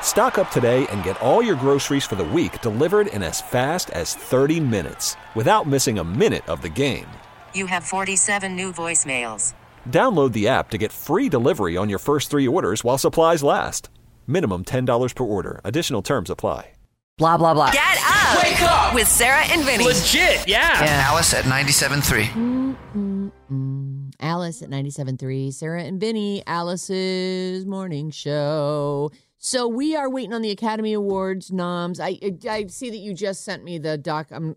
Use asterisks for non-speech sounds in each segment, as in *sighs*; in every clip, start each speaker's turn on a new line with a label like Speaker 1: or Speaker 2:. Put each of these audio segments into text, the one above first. Speaker 1: Stock up today and get all your groceries for the week delivered in as fast as 30 minutes without missing a minute of the game.
Speaker 2: You have 47 new voicemails.
Speaker 1: Download the app to get free delivery on your first three orders while supplies last. Minimum $10 per order. Additional terms apply.
Speaker 3: blah blah blah.
Speaker 4: Get up!
Speaker 5: Wake up!
Speaker 4: With Sarah and Vinny.
Speaker 5: Legit, yeah.
Speaker 6: Alice at 97.3.
Speaker 3: Mm, Alice at 97.3, Sarah and Vinny, Alice's morning show. So we are waiting on the Academy Awards noms. I I, I see that you just sent me the doc. I'm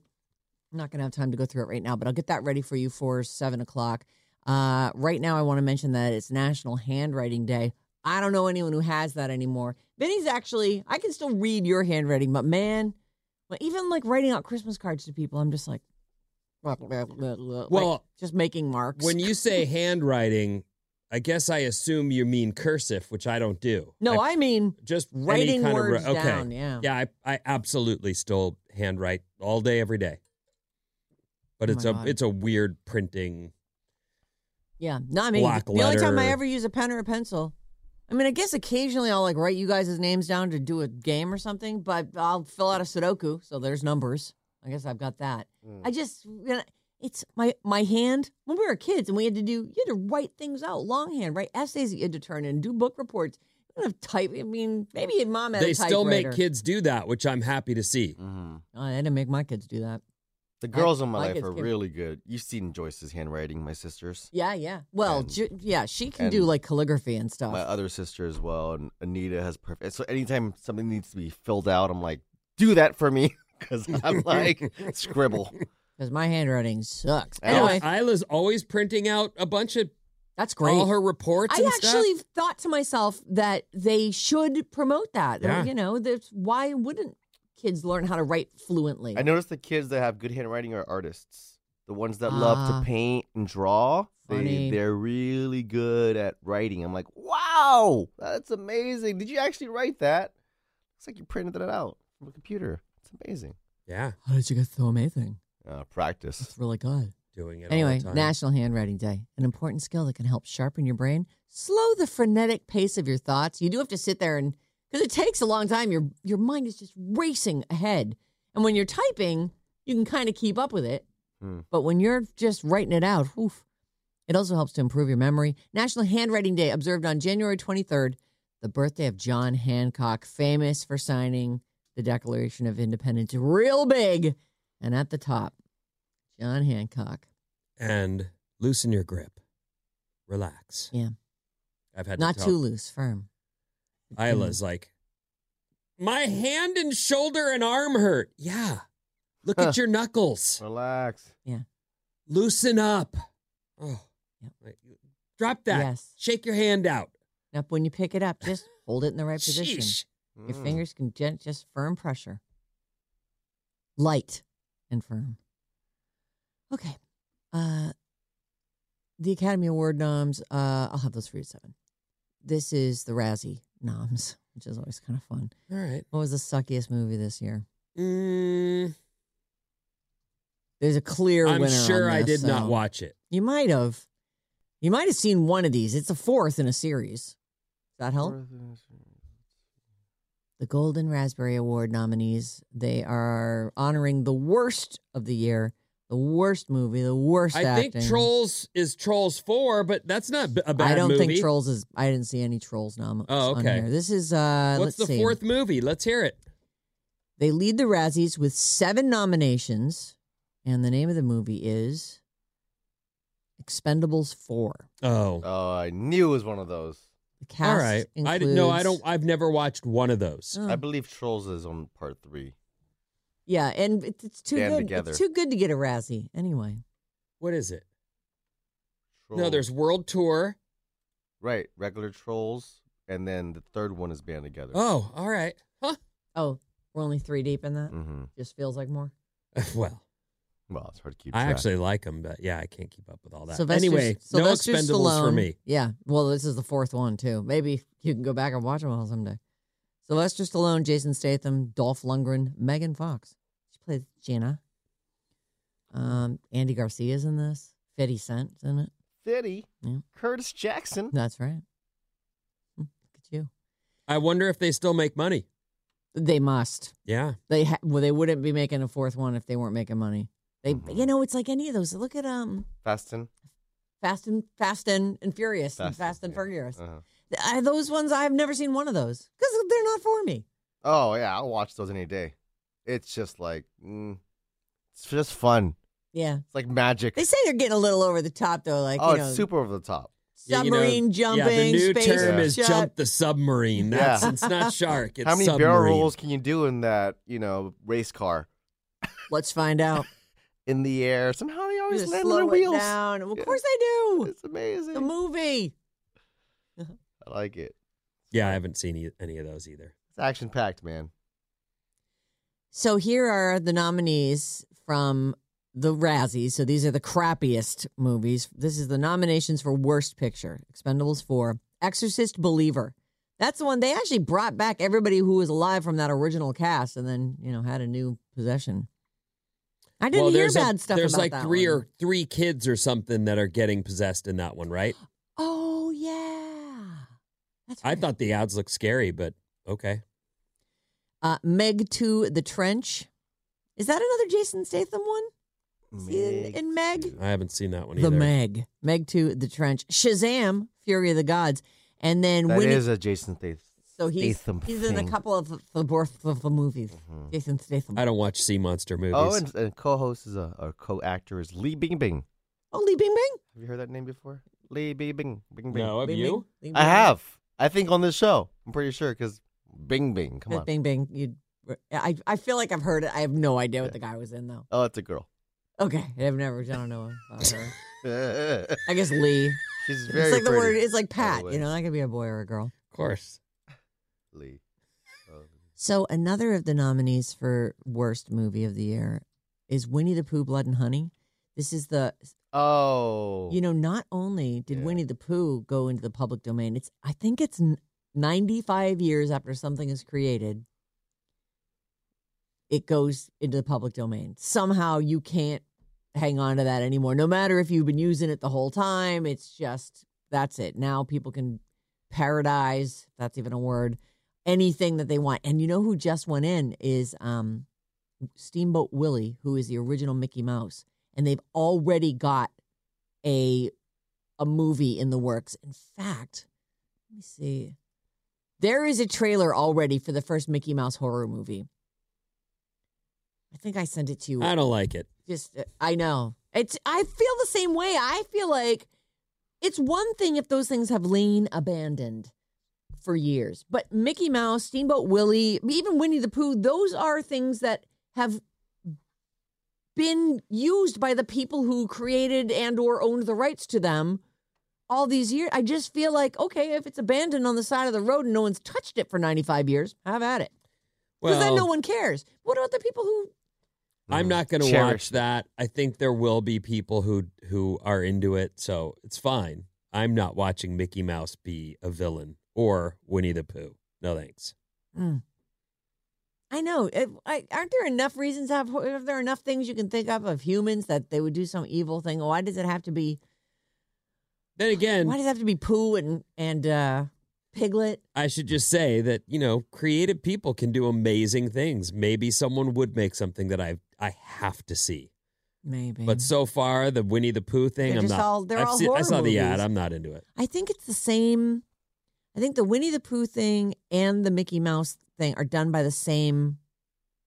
Speaker 3: not going to have time to go through it right now, but I'll get that ready for you for seven o'clock. Uh, right now, I want to mention that it's National Handwriting Day. I don't know anyone who has that anymore. Vinny's actually, I can still read your handwriting, but man, well, even like writing out Christmas cards to people, I'm just like, *laughs* well,
Speaker 7: Well,
Speaker 3: just making marks.
Speaker 7: When you say handwriting, I guess I assume you mean cursive, which I don't do.
Speaker 3: *laughs* no, I, mean,
Speaker 7: just any
Speaker 3: writing
Speaker 7: kind of
Speaker 3: words
Speaker 7: ri- okay.
Speaker 3: down, yeah.
Speaker 7: Yeah, I, I absolutely still handwrite all day, every day. But
Speaker 3: Oh
Speaker 7: it's
Speaker 3: my
Speaker 7: a
Speaker 3: God.
Speaker 7: it's a weird printing.
Speaker 3: yeah, no, I mean,
Speaker 7: block
Speaker 3: the only time I
Speaker 7: letter.
Speaker 3: ever use a pen or a pencil. I mean, I guess occasionally I'll like write you guys' names down to do a game or something, but I'll fill out a Sudoku, so there's numbers. I guess I've got that.
Speaker 7: Hmm.
Speaker 3: I just, you know, it's my my hand. When we were kids and we had to do, you had to write things out, longhand, write essays that you had to turn in, do book reports. You don't have type. I mean, maybe your mom had a
Speaker 7: They still make
Speaker 3: typewriter.
Speaker 7: kids do that, which I'm happy to see.
Speaker 3: Oh, I didn't make my kids do that.
Speaker 8: The girls in
Speaker 3: I
Speaker 8: my
Speaker 3: like
Speaker 8: life
Speaker 3: it,
Speaker 8: are
Speaker 3: Kim.
Speaker 8: really good. You've seen Joyce's handwriting, my sister's,
Speaker 3: Yeah, yeah. Well,
Speaker 8: And-
Speaker 3: ju- yeah, she can do
Speaker 8: and-
Speaker 3: like calligraphy and stuff.
Speaker 8: my other sister as well, and Anita has perfect. So anytime something needs to be filled out, I'm like, do that for me, *laughs* because I'm like
Speaker 3: *laughs*
Speaker 8: scribble.
Speaker 3: Because my handwriting sucks.
Speaker 8: I don't-
Speaker 3: Anyway,
Speaker 7: Isla's always printing out a bunch of
Speaker 3: that's great.
Speaker 7: all her reports
Speaker 3: I
Speaker 7: and
Speaker 3: actually
Speaker 7: stuff.
Speaker 3: thought to myself that they should promote that. Or,
Speaker 7: Yeah.
Speaker 3: You know, that's why wouldn't kids learn how to write fluently?
Speaker 8: I noticed the kids that have good handwriting are artists. The ones that love
Speaker 3: Ah.
Speaker 8: to paint and draw,
Speaker 3: Funny.
Speaker 8: they, they're really good at writing. I'm like, wow, that's amazing. Did you actually write that? Looks like you printed that out from a computer. It's amazing.
Speaker 7: Yeah,
Speaker 3: How did you get so amazing?
Speaker 8: Uh, practice.
Speaker 3: It's really good.
Speaker 7: doing it all
Speaker 3: Anyway,
Speaker 7: the time.
Speaker 3: National Handwriting Day, an important skill that can help sharpen your brain, slow the frenetic pace of your thoughts. You do have to sit there and because it takes a long time. Your your mind is just racing ahead, and when you're typing, you can kind of keep up with it.
Speaker 8: Hmm.
Speaker 3: But when you're just writing it out, oof, it also helps to improve your memory. National Handwriting Day observed on January 23rd, the birthday of John Hancock, famous for signing the Declaration of Independence real big and at the top. John Hancock.
Speaker 7: and loosen your grip. Relax.
Speaker 3: Yeah.
Speaker 7: I've had
Speaker 3: Not
Speaker 7: to
Speaker 3: too
Speaker 7: tell-
Speaker 3: loose, firm. Mm.
Speaker 7: Isla's like, my hand and shoulder and arm hurt. Yeah. Look at your
Speaker 8: Oh.
Speaker 7: knuckles.
Speaker 8: Relax.
Speaker 7: Loosen up. Oh.
Speaker 3: Yep.
Speaker 7: Like, Drop that.
Speaker 3: Yes.
Speaker 7: Shake your hand out.
Speaker 3: Up when you pick it up, just hold it in the right position.
Speaker 7: Sheesh.
Speaker 3: Your
Speaker 8: Mm.
Speaker 3: fingers can gen- just firm pressure, light and firm. Okay. Uh, the Academy Award noms, uh, I'll have those for you at seven. This is the Razzie noms, which is always kind of fun.
Speaker 7: All right.
Speaker 3: What was the suckiest movie this year?
Speaker 7: Mm,
Speaker 3: There's a clear
Speaker 7: I'm
Speaker 3: winner. on
Speaker 7: sure I
Speaker 3: this,
Speaker 7: did not
Speaker 3: so-
Speaker 7: watch it.
Speaker 3: You might have. You might have seen one of these. It's the fourth in a series. Does that help? the Golden Raspberry Award nominees. They are honoring the worst of the year, the worst movie, the worst
Speaker 7: I
Speaker 3: acting.
Speaker 7: think Trolls is Trolls 4, but that's not b- a bad
Speaker 3: I don't
Speaker 7: movie.
Speaker 3: think Trolls is. I didn't see any Trolls nom-
Speaker 7: Oh,
Speaker 3: on
Speaker 7: okay.
Speaker 3: here. This is. uh let's
Speaker 7: What's the
Speaker 3: see.
Speaker 7: fourth movie? Let's hear it.
Speaker 3: They lead the Razzies with seven nominations, and the name of the movie is Expendables Four.
Speaker 7: Oh.
Speaker 8: Uh, Oh, I knew it was one of those.
Speaker 3: The cast
Speaker 7: All right. I d-
Speaker 3: includes.
Speaker 7: no, I don't. I've never watched one of those.
Speaker 3: Oh.
Speaker 8: I believe Trolls is on part three.
Speaker 3: yeah, and it's, it's too
Speaker 8: Stand
Speaker 3: good.
Speaker 8: together.
Speaker 3: It's too good to get a Razzie anyway.
Speaker 7: What is it? No,
Speaker 8: Trolls-
Speaker 7: there's World Tour.
Speaker 8: right regular Trolls, and then the third one is Band Together.
Speaker 7: Oh, all right. Huh. *laughs*
Speaker 3: Oh, we're only three deep in that.
Speaker 8: hmm
Speaker 3: Just feels like more.
Speaker 7: Well,
Speaker 8: Well, it's hard to keep.
Speaker 7: I
Speaker 8: track.
Speaker 7: actually like them, but yeah, I can't keep up with all that.
Speaker 3: Sylvester,
Speaker 7: anyway,
Speaker 3: Sylvester
Speaker 7: no expendables
Speaker 3: Stallone.
Speaker 7: for me.
Speaker 3: Yeah. Well, this is the fourth one too. Maybe you can go back and watch them all someday. Sylvester Stallone, Jason Statham, Dolph Lundgren, Megan Fox. She plays Jenna. Um, Andy Garcia's in this. Fifty Cent's in it.
Speaker 8: Fitty,
Speaker 3: Yeah.
Speaker 8: Curtis Jackson.
Speaker 3: That's right. Hmm, Look at you.
Speaker 7: I wonder if they still make money.
Speaker 3: They must.
Speaker 7: Yeah.
Speaker 3: They ha- well, they wouldn't be making a fourth one if they weren't making money. They,
Speaker 8: Mhm.
Speaker 3: you know, it's like any of those. Look at um,
Speaker 8: Fastin.
Speaker 3: Fast and Fast and, and Furious and Fast and
Speaker 8: yeah.
Speaker 3: Furious.
Speaker 8: Uh-huh.
Speaker 3: I, those ones I've never seen one of those because they're not for me.
Speaker 8: Oh yeah, I'll watch those any day. It's just like, mm, it's just fun.
Speaker 3: Yeah,
Speaker 8: It's like magic.
Speaker 3: they say they're getting a little over the top though, like
Speaker 8: oh,
Speaker 3: you know,
Speaker 8: it's super over the top.
Speaker 7: Yeah, you know,
Speaker 3: submarine jumping,
Speaker 7: yeah, the new
Speaker 3: space
Speaker 7: term is
Speaker 3: shot.
Speaker 7: jump the submarine.
Speaker 8: Yeah.
Speaker 7: That's it's
Speaker 3: *laughs*
Speaker 7: not shark. It's
Speaker 8: How many
Speaker 7: submarine.
Speaker 8: barrel rolls can you do in that? You know, race car
Speaker 3: Let's find
Speaker 8: *laughs*
Speaker 3: out.
Speaker 8: in the air. Somehow they always
Speaker 3: Just
Speaker 8: land on their
Speaker 3: slow it
Speaker 8: wheels.
Speaker 3: down. Well,
Speaker 8: Yeah.
Speaker 3: Of course they do.
Speaker 8: It's amazing.
Speaker 3: The movie.
Speaker 8: I like it.
Speaker 7: Yeah, I haven't seen e- any of those either.
Speaker 8: It's action packed, man.
Speaker 3: So here are the nominees from the Razzies. So these are the crappiest movies. This is the nominations for Worst Picture: Expendables 4, Exorcist, Believer. That's the one they actually brought back everybody who was alive from that original cast, and then you know had a new possession. I didn't
Speaker 7: well,
Speaker 3: hear
Speaker 7: there's
Speaker 3: bad
Speaker 7: a,
Speaker 3: stuff.
Speaker 7: There's
Speaker 3: about
Speaker 7: like
Speaker 3: that
Speaker 7: three
Speaker 3: one.
Speaker 7: or three kids or something that are getting possessed in that one, right?
Speaker 3: oh yeah. That's
Speaker 7: I
Speaker 3: right.
Speaker 7: thought the odds looked scary, but okay.
Speaker 3: uh, Meg to the Trench. Is that another Jason Statham one? See, in- in Meg?
Speaker 8: too.
Speaker 7: I haven't seen that one
Speaker 3: The
Speaker 7: either.
Speaker 3: Meg. Meg to the Trench. Shazam, Fury of the Gods. And then
Speaker 8: That
Speaker 3: Winnie.
Speaker 8: is a Jason Statham.
Speaker 3: so he's,
Speaker 8: Statham Mm-hmm.
Speaker 3: he's in a
Speaker 8: thing.
Speaker 3: couple of the, the birth of the movies. Jason Statham.
Speaker 7: I don't watch sea monster movies.
Speaker 8: Oh, and, and co-host is a or co-actor is Lee Bing Bing.
Speaker 3: Oh, Lee Bing Bing.
Speaker 8: Have you heard that name before? Lee Bing Bing. Bing Bing.
Speaker 7: no, have
Speaker 3: Bing
Speaker 7: you?
Speaker 3: Bing. Lee
Speaker 8: I
Speaker 3: Bing
Speaker 8: have. I think on this show. I'm pretty sure because Bing Bing. Come
Speaker 3: Bing.
Speaker 8: on.
Speaker 3: Bing Bing. You. I, I feel like I've heard it. I have no idea what the guy was in though.
Speaker 8: Oh, it's a girl. *laughs*
Speaker 3: Okay, I've never. I don't know about her.
Speaker 8: She's *laughs*
Speaker 3: I guess Lee.
Speaker 8: very.
Speaker 3: it's like the
Speaker 8: pretty,
Speaker 3: word. It's like
Speaker 8: by the
Speaker 3: Pat.
Speaker 8: way.
Speaker 3: You know, that could be a boy or a girl.
Speaker 7: Of course.
Speaker 8: Lee. Um,
Speaker 3: So another of the nominees for worst movie of the year is Winnie the Pooh: Blood and Honey. This is the
Speaker 8: Oh.
Speaker 3: you know not only did
Speaker 8: Yeah.
Speaker 3: Winnie the Pooh go into the public domain, it's I think it's n- 95 years after something is created, it goes into the public domain. Somehow you can't hang on to that anymore. No matter if you've been using it the whole time, it's just that's it. Now people can paradise, if that's even a word, anything that they want. And you know who just went in is um Steamboat Willie, who is the original Mickey Mouse, and they've already got a a movie in the works. In fact, let me see. There is a trailer already for the first Mickey Mouse horror movie. I think I sent it to you
Speaker 7: I don't like it.
Speaker 3: just uh, I know. It's I feel the same way. I feel like it's one thing if those things have lain abandoned for years. But Mickey Mouse, Steamboat Willie, even Winnie the Pooh, those are things that have been used by the people who created and or owned the rights to them all these years. I just feel like okay, if it's abandoned on the side of the road and no one's touched it for 95 years, have at it. Because
Speaker 7: Well,
Speaker 3: then no one cares. What about the people who
Speaker 7: I'm not going to
Speaker 8: Cherish
Speaker 7: watch that. I think there will be people who who are into it, so it's fine. I'm not watching Mickey Mouse be a villain or Winnie the Pooh. No thanks.
Speaker 3: Mm. I know. It, I, aren't there enough reasons? to Have, are there enough things you can think of of humans that they would do some evil thing? Why does it have to be?
Speaker 7: Then again,
Speaker 3: why does it have to be poo and and uh, piglet?
Speaker 7: I should just say that, you know, creative people can do amazing things. Maybe someone would make something that I I have to see.
Speaker 3: Maybe.
Speaker 7: But so far, the Winnie the Pooh thing,
Speaker 3: They're
Speaker 7: I'm
Speaker 3: just
Speaker 7: not.
Speaker 3: all- they're
Speaker 7: I've
Speaker 3: all
Speaker 7: seen- I
Speaker 3: horror
Speaker 7: saw the ad.
Speaker 3: movies.
Speaker 7: I'm not into it.
Speaker 3: I think it's the same. I think the Winnie the Pooh thing and the Mickey Mouse thing are done by the same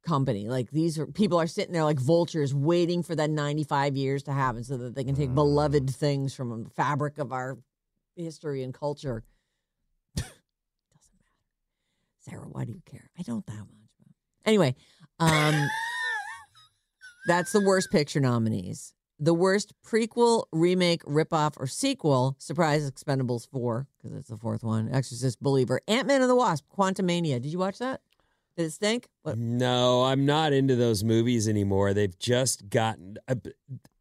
Speaker 3: company. Like these are, people are sitting there like vultures waiting for that 95 years to happen so that they can take beloved things from the fabric of our history and culture Sarah, why do you care? I don't that much. Anyway, um, that's the worst picture nominees. The worst prequel, remake, ripoff, or sequel. Surprise, Expendables 4, because it's the fourth one. Exorcist, Believer. Ant-Man and the Wasp, Quantumania. Did you watch that? Did it stink? What?
Speaker 7: No, I'm not into those movies anymore. They've just gotten uh,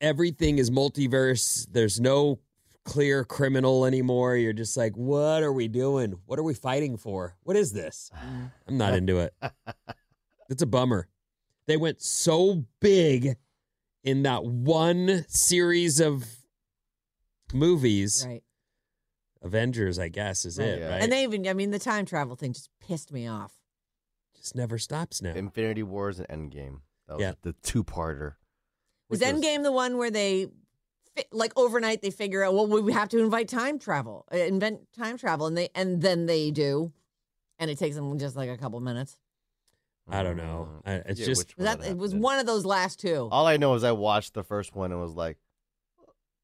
Speaker 7: everything is multiverse. There's no clear criminal anymore. You're just like, what are we doing? What are we fighting for? What is
Speaker 3: *sighs*
Speaker 7: this? I'm not into it. It's a bummer. They went so big in that one series of movies.
Speaker 3: Right.
Speaker 7: Avengers, I guess, is it,
Speaker 8: Yeah.
Speaker 7: right?
Speaker 3: And they even, I mean, the time travel thing just pissed me off.
Speaker 7: just never stops now.
Speaker 8: Infinity Wars and Endgame. That was
Speaker 7: Yeah.
Speaker 8: the two parter.
Speaker 3: Was Endgame the one where they, fi- like overnight, they figure out, well, we have to invite time travel, uh, invent time travel, and they, and then they do, and it takes them just like a couple minutes.
Speaker 7: I don't know.
Speaker 8: Mm.
Speaker 7: I- it's just-
Speaker 3: Was that it was one of those last two.
Speaker 8: All I know is I watched the first one and was like,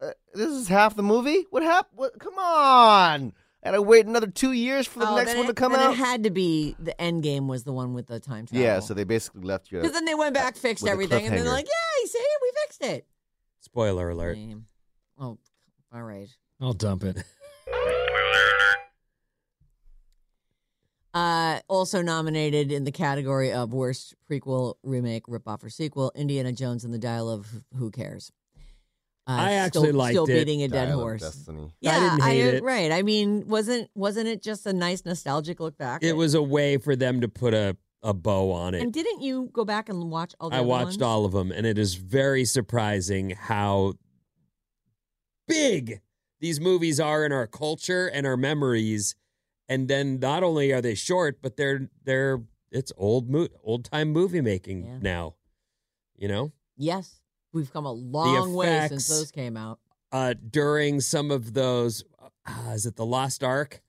Speaker 8: uh, "This is half the movie. What happened? What? Come on!" And I wait another two years for the
Speaker 3: Oh,
Speaker 8: next
Speaker 3: then
Speaker 8: one to
Speaker 3: it-
Speaker 8: come
Speaker 3: then
Speaker 8: out.
Speaker 3: It had to be the end game was the one with the time travel.
Speaker 8: yeah, so they basically left you.
Speaker 3: because then they went back, fixed
Speaker 8: with a
Speaker 3: everything, and they're
Speaker 8: cliffhanger.
Speaker 3: like, "Yeah, see, we fixed it."
Speaker 7: Spoiler alert.
Speaker 3: Lame. Oh, all right.
Speaker 4: I'll dump it.
Speaker 3: Uh, also nominated in the category of worst prequel, remake, ripoff, or sequel, Indiana Jones and the Dial of Who Cares. Uh,
Speaker 7: I
Speaker 3: still-
Speaker 7: actually liked
Speaker 3: still
Speaker 7: it.
Speaker 3: beating a dead
Speaker 8: Dial of
Speaker 3: horse.
Speaker 8: Destiny.
Speaker 3: Yeah,
Speaker 7: didn't hate it.
Speaker 3: right. I mean, wasn't wasn't it just a nice nostalgic look back?
Speaker 7: It was a way for them to put a, a bow on it.
Speaker 3: And didn't you go back and watch all? The
Speaker 7: I
Speaker 3: other
Speaker 7: watched
Speaker 3: ones?
Speaker 7: all of them, and it is very surprising how big these movies are in our culture and our memories. And then not only are they short, but they're they're it's old mo- old time movie making
Speaker 3: Yeah.
Speaker 7: now. You know,
Speaker 3: Yes, we've come a long way since
Speaker 7: effects.
Speaker 3: those came out.
Speaker 7: uh, during some of those, uh, is it the Lost Ark,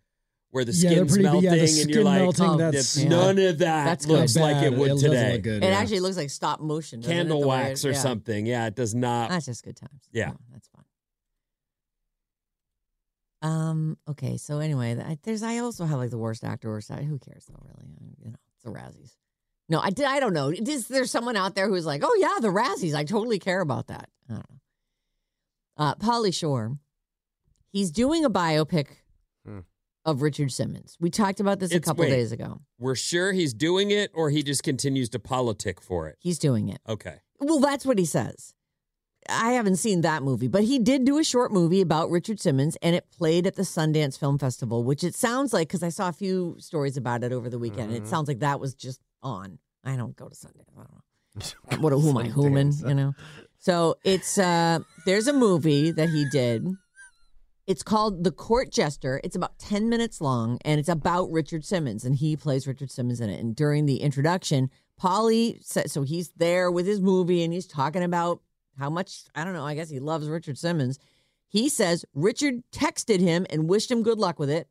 Speaker 7: where the
Speaker 4: Yeah, they're
Speaker 7: skin's
Speaker 4: pretty- yeah,
Speaker 7: melting,
Speaker 4: the
Speaker 7: and you're
Speaker 4: skin
Speaker 7: like,
Speaker 4: melting,
Speaker 7: "Oh,
Speaker 4: that's-
Speaker 7: it's-
Speaker 3: yeah.
Speaker 7: none of that
Speaker 3: That's kinda
Speaker 7: looks like it
Speaker 4: Bad.
Speaker 7: would
Speaker 4: doesn't
Speaker 7: today.
Speaker 4: look good,
Speaker 3: It
Speaker 4: yeah.
Speaker 3: actually looks like stop motion. doesn't it,
Speaker 7: Candle
Speaker 3: the way
Speaker 7: wax
Speaker 3: it-
Speaker 7: or
Speaker 3: yeah. Ah.
Speaker 7: something. Yeah, it does not.
Speaker 3: That's just good times.
Speaker 7: Uh, Yeah.
Speaker 3: No, that's fun. Um. Okay. So anyway, th- I, there's. I also have like the worst actor or side. Who cares though? Really, I, you know, it's the Razzies. No, I did. I don't know. Is there someone out there who's like, oh yeah, the Razzies. I totally care about that. I don't know. Uh, Polly Shore, he's doing a biopic
Speaker 8: Hmm.
Speaker 3: of Richard Simmons. We talked about this a
Speaker 7: It's-
Speaker 3: couple
Speaker 7: wait.
Speaker 3: days ago.
Speaker 7: we're sure he's doing it or he just continues to politic for it.
Speaker 3: He's doing it.
Speaker 7: Okay.
Speaker 3: Well, that's what he says. I haven't seen that movie, but he did do a short movie about Richard Simmons, and it played at the Sundance Film Festival, which it sounds like because I saw a few stories about it over the weekend. It
Speaker 8: Mhm.
Speaker 3: sounds like that was just on. I don't go to Sundance. I don't know. What a who am I, human?
Speaker 8: Sundance.
Speaker 3: You know. So it's uh there's a movie that he did. It's called The Court Jester. It's about 10 minutes long and it's about Richard Simmons and he plays Richard Simmons in it. And during the introduction, Polly said so he's there with his movie and he's talking about how much I don't know, I guess he loves Richard Simmons. He says Richard texted him and wished him good luck with it.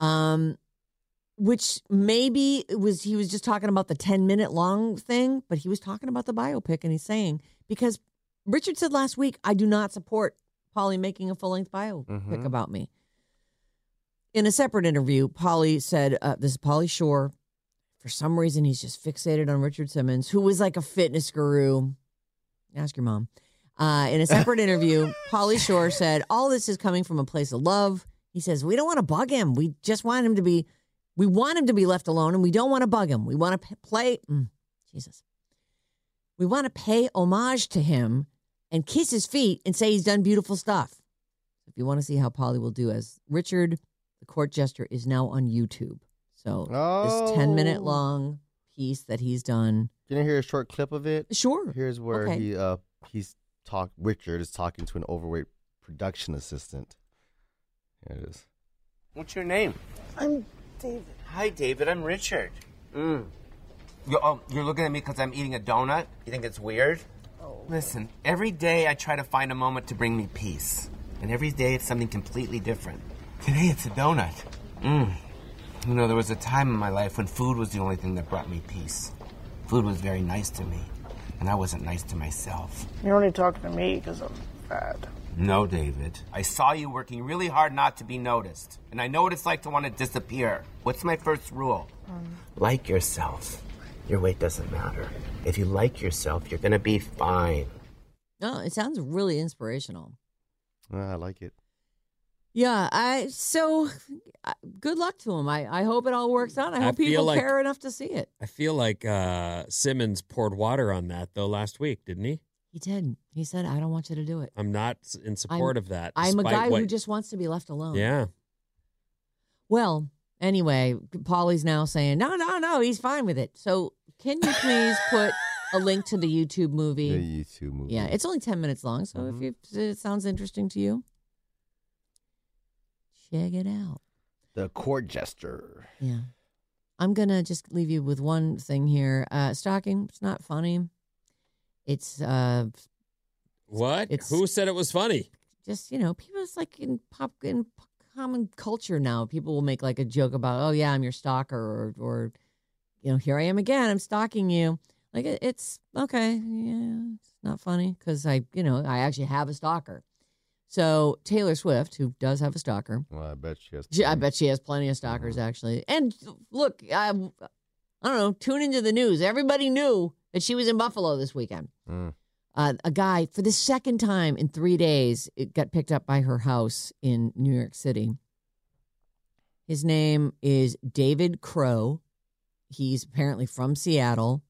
Speaker 3: Um which maybe it was he was just talking about the 10 minute long thing, but he was talking about the biopic and he's saying because Richard said last week, I do not support Polly making a full length biopic
Speaker 8: Mhm.
Speaker 3: about me. In a separate interview, Polly said, uh, This is Polly Shore. For some reason, he's just fixated on Richard Simmons, who was like a fitness guru. Ask your mom. Uh, in a separate interview, Polly Shore said, All this is coming from a place of love. He says, We don't want to bug him. We just want him to be, we want him to be left alone and we don't want to bug him. We want to p- play, mm, Jesus. We want to pay homage to him and kiss his feet and say he's done beautiful stuff. If you want to see how Polly will do as Richard, the court jester is now on YouTube. So this 10 minute
Speaker 8: Oh.
Speaker 3: long piece that he's done.
Speaker 8: Can you hear a short clip of it?
Speaker 3: Sure.
Speaker 8: Here's where
Speaker 3: Okay.
Speaker 8: he uh he's talk. Richard is talking to an overweight production assistant. Here it is.
Speaker 5: What's your name?
Speaker 9: I'm David.
Speaker 5: Hi, David. I'm Richard. Mm. You're, oh, you're looking at me because I'm eating a donut? You think it's weird? Oh. Listen, every day I try to find a moment to bring me peace. And every day it's something completely different. Today it's a donut. Mm. You know, there was a time in my life when food was the only thing that brought me peace. Food was very nice to me, and I wasn't nice to myself.
Speaker 9: You're only talking to me because I'm fat.
Speaker 5: No, David. I saw you working really hard not to be noticed, and I know what it's like to want to disappear. What's my first rule? Like yourself. Your weight doesn't matter. If you like yourself, you're going to be fine.
Speaker 3: Oh, it sounds really inspirational.
Speaker 8: Ah, I like it.
Speaker 3: Yeah, I so uh, good luck to him. I, I hope it all works out. I
Speaker 7: I
Speaker 3: hope
Speaker 7: feel
Speaker 3: people
Speaker 7: like-
Speaker 3: care enough to see it.
Speaker 7: I feel like uh, Simmons poured water on that though last week, didn't he?
Speaker 3: He did. He said, "I don't want you to do it.
Speaker 7: I'm not s- in support of that.
Speaker 3: I'm a
Speaker 7: despite
Speaker 3: guy who
Speaker 7: what-
Speaker 3: just um, wants to be left alone."
Speaker 7: Yeah.
Speaker 3: Well, anyway, Polly's now saying, "No, no, no, he's fine with it." So, can you please
Speaker 7: *laughs*
Speaker 3: put a link to the YouTube movie?
Speaker 8: The YouTube movie.
Speaker 3: Yeah, it's only 10 minutes long, so
Speaker 7: Mm-hmm.
Speaker 3: if, you, if it sounds interesting to you, check it out.
Speaker 8: the court jester.
Speaker 3: Yeah. I'm going to just leave you with one thing here. Uh, stalking, it's not funny. It's uh,
Speaker 7: What?
Speaker 3: It's-
Speaker 7: Who said it was funny?
Speaker 3: just, you know, people, it's like in pop, in p- common culture now, people will make like a joke about, oh, yeah, I'm your stalker, or, or you know, here I am again, I'm stalking you. Like, it, it's okay. Yeah, it's not funny because I, you know, I actually have a stalker. So Taylor Swift, who does have a stalker,
Speaker 8: Well, I bet she has.
Speaker 3: She- I
Speaker 8: plenty.
Speaker 3: bet she has plenty of stalkers, actually. And look, I, I don't know. Tune into the news. Everybody knew that she was in Buffalo this weekend.
Speaker 8: Mm.
Speaker 3: Uh, a guy, for the second time in three days, it got picked up by her house in New York City. His name is David Crow. He's apparently from Seattle.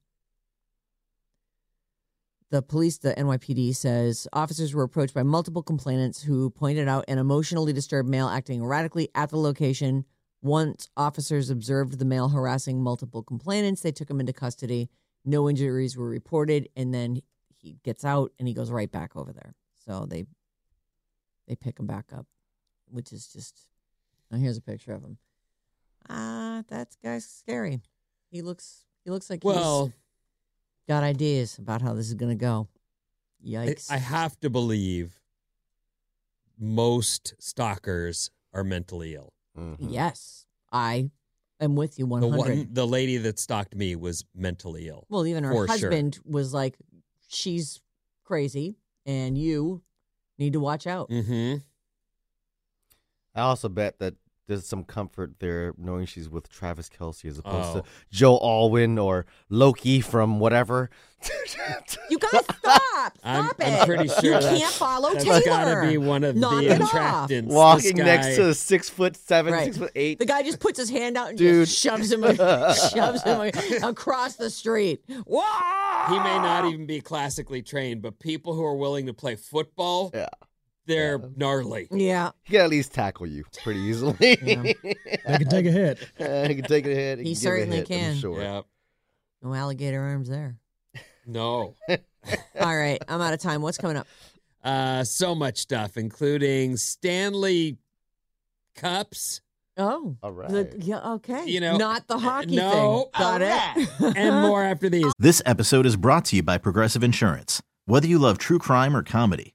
Speaker 3: The police, the NYPD says officers were approached by multiple complainants who pointed out an emotionally disturbed male acting erratically at the location. Once officers observed the male harassing multiple complainants, they took him into custody. No injuries were reported, and then he gets out and he goes right back over there. So they they pick him back up, which is just. Now here's a picture of him. Ah, that guy's scary. He looks he looks like he's-
Speaker 7: Well,
Speaker 3: got ideas about how this is going to go.
Speaker 7: I,
Speaker 3: Yikes.
Speaker 7: I have to believe most stalkers are mentally ill.
Speaker 8: Mhm.
Speaker 3: yes, I am with you 100.
Speaker 7: mm-hmm. The one, the lady that stalked me was mentally ill.
Speaker 3: well, even her
Speaker 7: for sure.
Speaker 3: husband was like, she's crazy and you need to watch out.
Speaker 7: Mm-hmm.
Speaker 8: I also bet that there's some comfort there knowing she's with Travis Kelsey as opposed
Speaker 7: Oh.
Speaker 8: to Joe Alwyn or Loki
Speaker 3: *laughs*
Speaker 8: from whatever. *laughs*
Speaker 3: You
Speaker 7: *laughs*
Speaker 3: guys stop. Stop
Speaker 7: I'm,
Speaker 3: it.
Speaker 7: I'm pretty sure
Speaker 3: you
Speaker 7: that's-
Speaker 3: can't follow
Speaker 7: that's
Speaker 3: Taylor.
Speaker 7: gotta be one of
Speaker 3: Knock
Speaker 7: the
Speaker 3: it off.
Speaker 7: attractants. This
Speaker 8: Walking next
Speaker 7: guy-
Speaker 8: to a six foot seven,
Speaker 3: Right.
Speaker 8: six foot eight.
Speaker 3: The guy just puts his hand out and
Speaker 8: Dude.
Speaker 3: just shoves him,
Speaker 7: *laughs*
Speaker 3: shoves him across the street. Whoa!
Speaker 7: He may
Speaker 3: Ah.
Speaker 7: not even be classically trained, but people who are willing to play football,
Speaker 8: Yeah.
Speaker 7: they're gnarly.
Speaker 3: Yeah,
Speaker 8: He can at least tackle you pretty easily.
Speaker 4: I can take a hit.
Speaker 3: *laughs*
Speaker 8: Uh, *laughs* he can take it ahead.
Speaker 3: He
Speaker 8: give
Speaker 3: certainly
Speaker 8: a hit,
Speaker 3: can.
Speaker 8: I'm sure.
Speaker 7: Yeah.
Speaker 3: no alligator arms there.
Speaker 7: No.
Speaker 3: All right, I'm out of time. What's coming up?
Speaker 7: Uh, so much stuff, including Stanley Cups.
Speaker 3: Oh, The-
Speaker 8: All right.
Speaker 3: yeah, okay.
Speaker 7: You know,
Speaker 3: not the
Speaker 7: uh,
Speaker 3: hockey
Speaker 7: no.
Speaker 3: thing. Got it.
Speaker 7: and more after these.
Speaker 10: This episode is brought to you by Progressive Insurance. Whether you love true crime or comedy,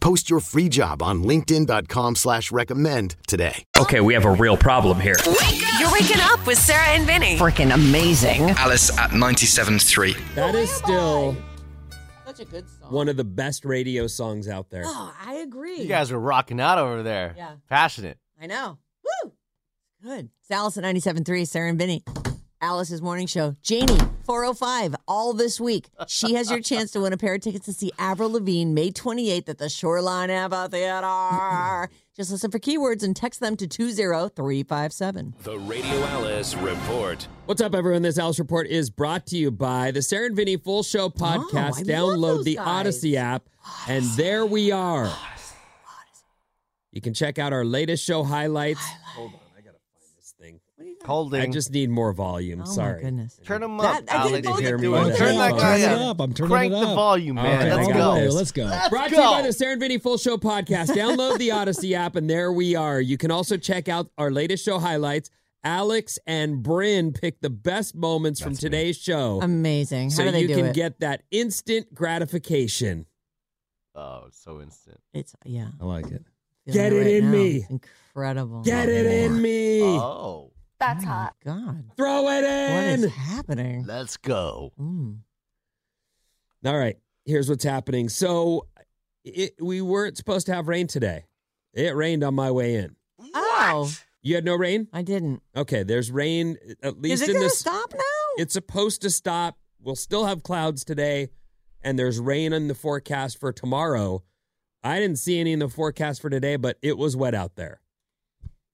Speaker 11: Post your free job on linkedin.com slash recommend today.
Speaker 12: Okay, we have a real problem here.
Speaker 13: You're waking up with Sarah and Vinny.
Speaker 12: Freaking amazing.
Speaker 6: Alice at 97.3.
Speaker 7: That is still
Speaker 3: Such a good song.
Speaker 7: one of the best radio songs out there.
Speaker 3: Oh, I agree.
Speaker 8: You guys were rocking out over there.
Speaker 3: Yeah.
Speaker 8: Passionate.
Speaker 3: I know. Woo! Good. It's Alice at 97.3, Sarah and Vinny. Alice's morning show. Janie, 405, all this week. She has your chance to win a pair of tickets to see Avril Lavigne May 28th at the Shoreline Amphitheater. Just listen for keywords and text them to 20357.
Speaker 14: The Radio Alice Report.
Speaker 7: What's up, everyone? This Alice Report is brought to you by the Sarah and Vinny Full Show podcast. Download the Odyssey app, and there we are. You can check out our latest show highlights. Hold on, I gotta find this thing.
Speaker 8: Holding.
Speaker 7: I just need more volume.
Speaker 8: Oh, my
Speaker 7: Sorry.
Speaker 8: goodness. Turn 'em
Speaker 7: I
Speaker 8: up, Alex.
Speaker 7: need to
Speaker 8: Both
Speaker 7: hear
Speaker 8: of
Speaker 7: me
Speaker 8: you.
Speaker 7: on
Speaker 8: Turn that
Speaker 7: phone.
Speaker 8: guy Turn it up. I'm turning Crank it the up. volume, man.
Speaker 7: All
Speaker 8: Let's
Speaker 7: I got
Speaker 8: go.
Speaker 7: this.
Speaker 8: Let's go. Let's
Speaker 7: Brought to you
Speaker 8: go.
Speaker 7: by the Sarah and Vinny Full Show podcast. Download the Odyssey app, and there we are. You can also check out our latest show highlights. Alex and Bryn picked the best moments from today's show.
Speaker 3: Amazing. How
Speaker 7: so
Speaker 3: do they
Speaker 7: you
Speaker 3: do
Speaker 7: can
Speaker 3: it?
Speaker 7: get that instant gratification.
Speaker 8: Oh, it's so instant.
Speaker 3: It's, yeah.
Speaker 7: I like it.
Speaker 3: Feeling
Speaker 7: Get it
Speaker 3: right
Speaker 7: in
Speaker 3: now.
Speaker 7: me.
Speaker 3: It's incredible.
Speaker 7: Get it in me.
Speaker 8: Oh.
Speaker 3: That's hot. God.
Speaker 7: Throw it in.
Speaker 3: What is happening? Mm.
Speaker 8: Let's go.
Speaker 7: All right. Here's what's happening. So it, we weren't supposed to have rain today. It rained on my way in.
Speaker 3: Oh.
Speaker 7: You had no rain?
Speaker 3: I didn't.
Speaker 7: Okay. There's rain uh, at least
Speaker 3: Is it
Speaker 7: in
Speaker 3: going to
Speaker 7: this.
Speaker 3: stop now?
Speaker 7: It's supposed to stop. We'll still have clouds today, and there's rain in the forecast for tomorrow. I didn't see any in the forecast for today, but it was wet out there.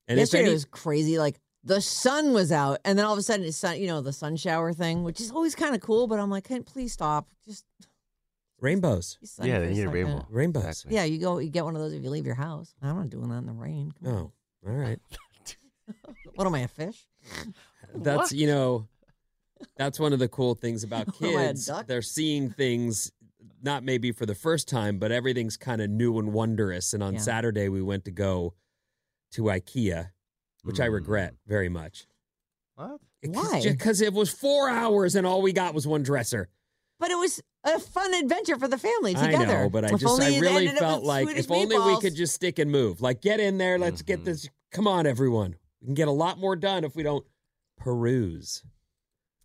Speaker 7: if
Speaker 3: Yesterday
Speaker 7: any-
Speaker 3: was crazy. Like the sun was out, and then all of a sudden it's sun. You know the sun shower thing, which is always kind of cool. But I'm like, "Can- please stop. Just
Speaker 7: rainbows.
Speaker 3: sun Yeah, they for a need a second. rainbow.
Speaker 7: Rainbows.
Speaker 3: yeah, you go, you get one of those if you leave your house. I'm not doing that in the rain. Come on.
Speaker 7: Oh, all right.
Speaker 3: What am I, a fish?
Speaker 7: That's
Speaker 3: What?
Speaker 7: you know, that's one of the cool
Speaker 3: *laughs*
Speaker 7: things about
Speaker 3: Am I a
Speaker 7: kids.
Speaker 3: duck?
Speaker 7: They're seeing things not maybe for the first time, but everything's kind of new and wondrous. And on
Speaker 3: Yeah.
Speaker 7: Saturday we went to go to IKEA, which I regret very much.
Speaker 8: What?
Speaker 3: Why?
Speaker 7: Because it was four hours and all we got was one dresser.
Speaker 3: But it was a fun adventure for the family
Speaker 7: I
Speaker 3: together.
Speaker 7: know, but I
Speaker 3: If
Speaker 7: just
Speaker 3: only
Speaker 7: I
Speaker 3: it
Speaker 7: really
Speaker 3: ended up
Speaker 7: felt
Speaker 3: with
Speaker 7: like
Speaker 3: Swedish
Speaker 7: if only we
Speaker 3: meatballs.
Speaker 7: could just stick and move. Like get in there, let's get this. Come on, everyone. We can get a lot more done if we don't peruse.